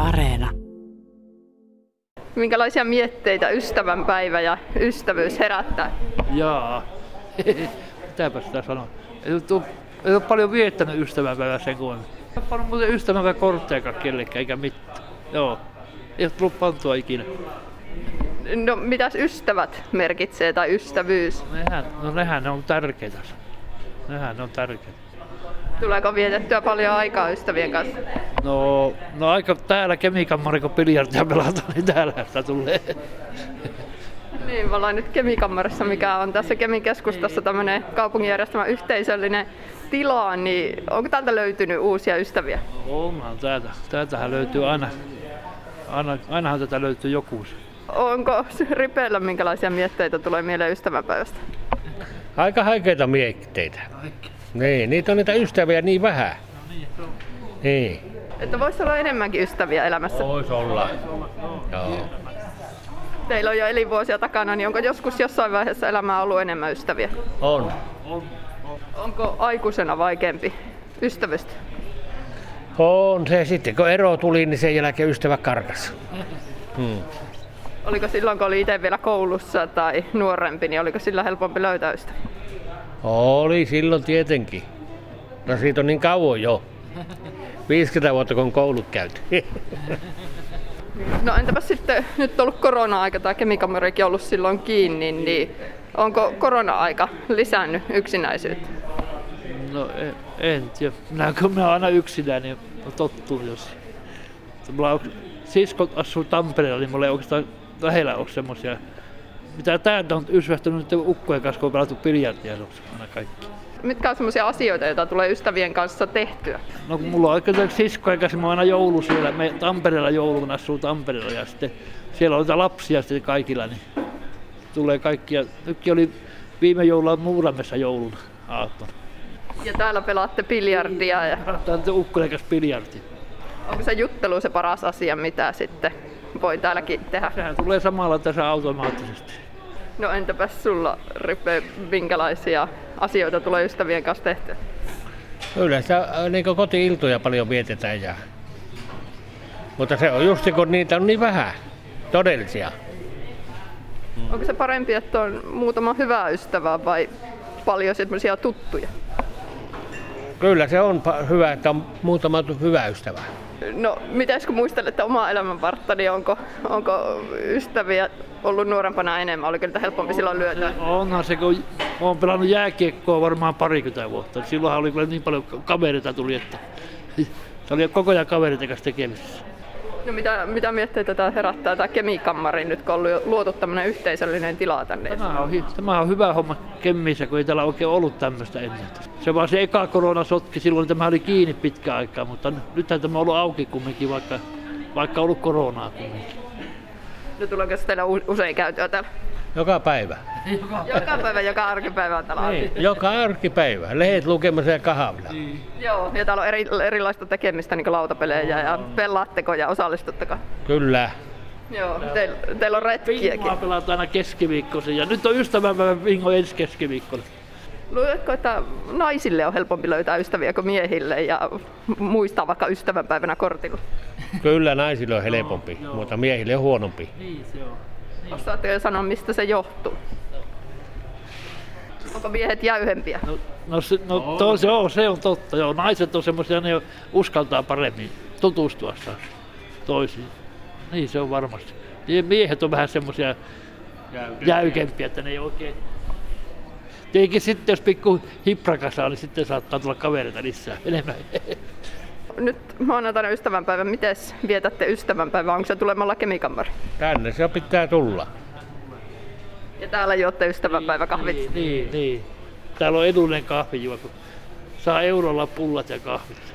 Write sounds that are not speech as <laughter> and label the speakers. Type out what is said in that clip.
Speaker 1: Areena.
Speaker 2: Minkälaisia mietteitä ystävänpäivä ja ystävyys herättää?
Speaker 3: Jaa, <laughs> mitäpä sitä sanoa. Ei ole, tuu- ei ole paljon viettänyt ystävänpäivää sen kun En ole pannut muuten ystävänpäivä korttejakaan kellekään eikä mitään. Joo, ei ole tullut pantua ikinä.
Speaker 2: No mitäs ystävät merkitsee tai ystävyys?
Speaker 3: Nehän, no nehän ne on tärkeitä. Nehän ne on tärkeitä.
Speaker 2: Tuleeko vietettyä paljon aikaa ystävien kanssa?
Speaker 3: No, no aika täällä kemikan Marko biljardia pelataan, niin täällä sitä tulee.
Speaker 2: Niin, me ollaan nyt Kemikammarissa, mikä on tässä Kemin keskustassa tämmöinen kaupungin järjestämä yhteisöllinen tila, niin onko täältä löytynyt uusia ystäviä?
Speaker 3: Onhan täältä. Täältähän löytyy aina. aina ainahan tätä löytyy joku.
Speaker 2: Onko Ripeellä minkälaisia mietteitä tulee mieleen ystävänpäivästä?
Speaker 4: Aika haikeita mietteitä. Niin, niitä on niitä ystäviä niin vähän. Niin.
Speaker 2: Että voisi olla enemmänkin ystäviä elämässä.
Speaker 4: Vois olla. Joo.
Speaker 2: Teillä on jo elinvuosia takana, niin onko joskus jossain vaiheessa elämää ollut enemmän ystäviä?
Speaker 4: On.
Speaker 2: Onko aikuisena vaikeampi ystävystä?
Speaker 4: On se sitten. Kun ero tuli, niin sen jälkeen ystävä karkas.
Speaker 2: Oliko silloin, kun oli itse vielä koulussa tai nuorempi, niin oliko sillä helpompi löytää ystäviä?
Speaker 4: Oli silloin tietenkin. No siitä on niin kauan jo. 50 vuotta kun on koulut käyty. <laughs>
Speaker 2: No entäpä sitten, nyt on ollut korona-aika, tämä kemikamerikin on ollut silloin kiinni, niin onko korona-aika lisännyt yksinäisyyttä?
Speaker 3: No en, en tiedä. Minä kun mä oon aina yksinään, niin mä tottuu jos. Mulla on, siskot asuu Tampereella, niin mulla ei oikeastaan lähellä ole semmosia. Mitä täältä on ysyvähtynyt nyt ukkojen kanssa, kun on pelattu biljardia, se on aina kaikki.
Speaker 2: Mitkä on sellaisia asioita, joita tulee ystävien kanssa tehtyä?
Speaker 3: No kun mulla on oikeastaan siskojen kanssa, niin mä oon aina joulu siellä. Me Tampereella jouluna asuu Tampereella ja sitten siellä on niitä lapsia sitten kaikilla, niin tulee kaikkia. Nytkin oli viime joulua Muuramessa jouluna aattona.
Speaker 2: Ja täällä pelaatte biljardia ja
Speaker 3: Tämä on ukkojen kanssa biljardia.
Speaker 2: onko se juttelu se paras asia, mitä sitten voi täälläkin tehdä?
Speaker 3: Sehän tulee samalla tässä automaattisesti.
Speaker 2: No entäpä sulla, Ripe, minkälaisia asioita tulee ystävien kanssa tehtyä?
Speaker 4: Yleensä niin koti-iltoja paljon vietetään ja... Mutta se on just kun niitä on niin vähän. Todellisia.
Speaker 2: Onko se parempi, että on muutama hyvä ystävä vai paljon semmoisia tuttuja?
Speaker 4: Kyllä se on pa- hyvä, että on muutama tu- hyvä ystävä.
Speaker 2: No, mitäs kun muistelette omaa elämänvartta, niin onko, onko ystäviä ollut nuorempana enemmän? Oliko niitä helpompi silloin lyödä?
Speaker 3: Onhan se, kun olen pelannut jääkiekkoa varmaan parikymmentä vuotta. Silloinhan oli kyllä niin paljon kavereita tuli, että se oli koko ajan kavereiden kanssa tekemisissä.
Speaker 2: No, mitä, mitä mietteitä tämä herättää, tämä kemikammari, nyt kun on lu- luotu tämmöinen yhteisöllinen tila tänne?
Speaker 3: Tämä on, hi- tämä on hyvä homma Kemmissä, kun ei täällä oikein ollut tämmöistä ennen. Se vaan se eka korona sotki, silloin tämä oli kiinni pitkä aikaa, mutta n- nythän tämä on ollut auki kumminkin, vaikka, vaikka on ollut koronaa kumminkin.
Speaker 2: No, tuleeko se teillä u- usein käytyä täällä?
Speaker 4: Joka päivä.
Speaker 2: Joka päivä, joka arkipäivä on täällä. auki.
Speaker 4: Joka arkipäivä. Lehet lukemassa ja kahvilla.
Speaker 2: Joo, ja täällä on eri, erilaista tekemistä, niin kuin lautapelejä ja pelaatteko ja osallistutteko?
Speaker 4: Kyllä.
Speaker 2: Joo, teillä, teillä on retkiäkin.
Speaker 3: Pingoa pelataan aina keskiviikkoisin ja nyt on ystävänpäivän pingo ensi keskiviikkona.
Speaker 2: Luuletko, No että naisille on helpompi löytää ystäviä kuin miehille ja muistaa vaikka ystävänpäivänä kortilla?
Speaker 4: Kyllä naisille on helpompi, mutta miehille on huonompi.
Speaker 3: Niin se on.
Speaker 2: Osaatteko jo sanoa, mistä se johtuu? Onko miehet jäyhempiä?
Speaker 3: No, no, se, no to, se, on, se on totta. Joo. Naiset on semmoisia, ne uskaltaa paremmin tutustua saa toisiin. Niin se on varmasti. Ja miehet on vähän semmoisia jäykempiä, että ne ei oikein... Tietenkin sitten jos pikku hiprakasa on, niin sitten saattaa tulla kavereita lisää enemmän.
Speaker 2: Nyt maanantaina ystävänpäivä. Miten vietätte ystävänpäivää? Onko se tulemalla kemikammari?
Speaker 4: Tänne se pitää tulla.
Speaker 2: Ja täällä juotte ystävänpäiväkahvit.
Speaker 3: niin, niin. Täällä on edullinen kahvijuo, kun saa eurolla pullat ja kahvit.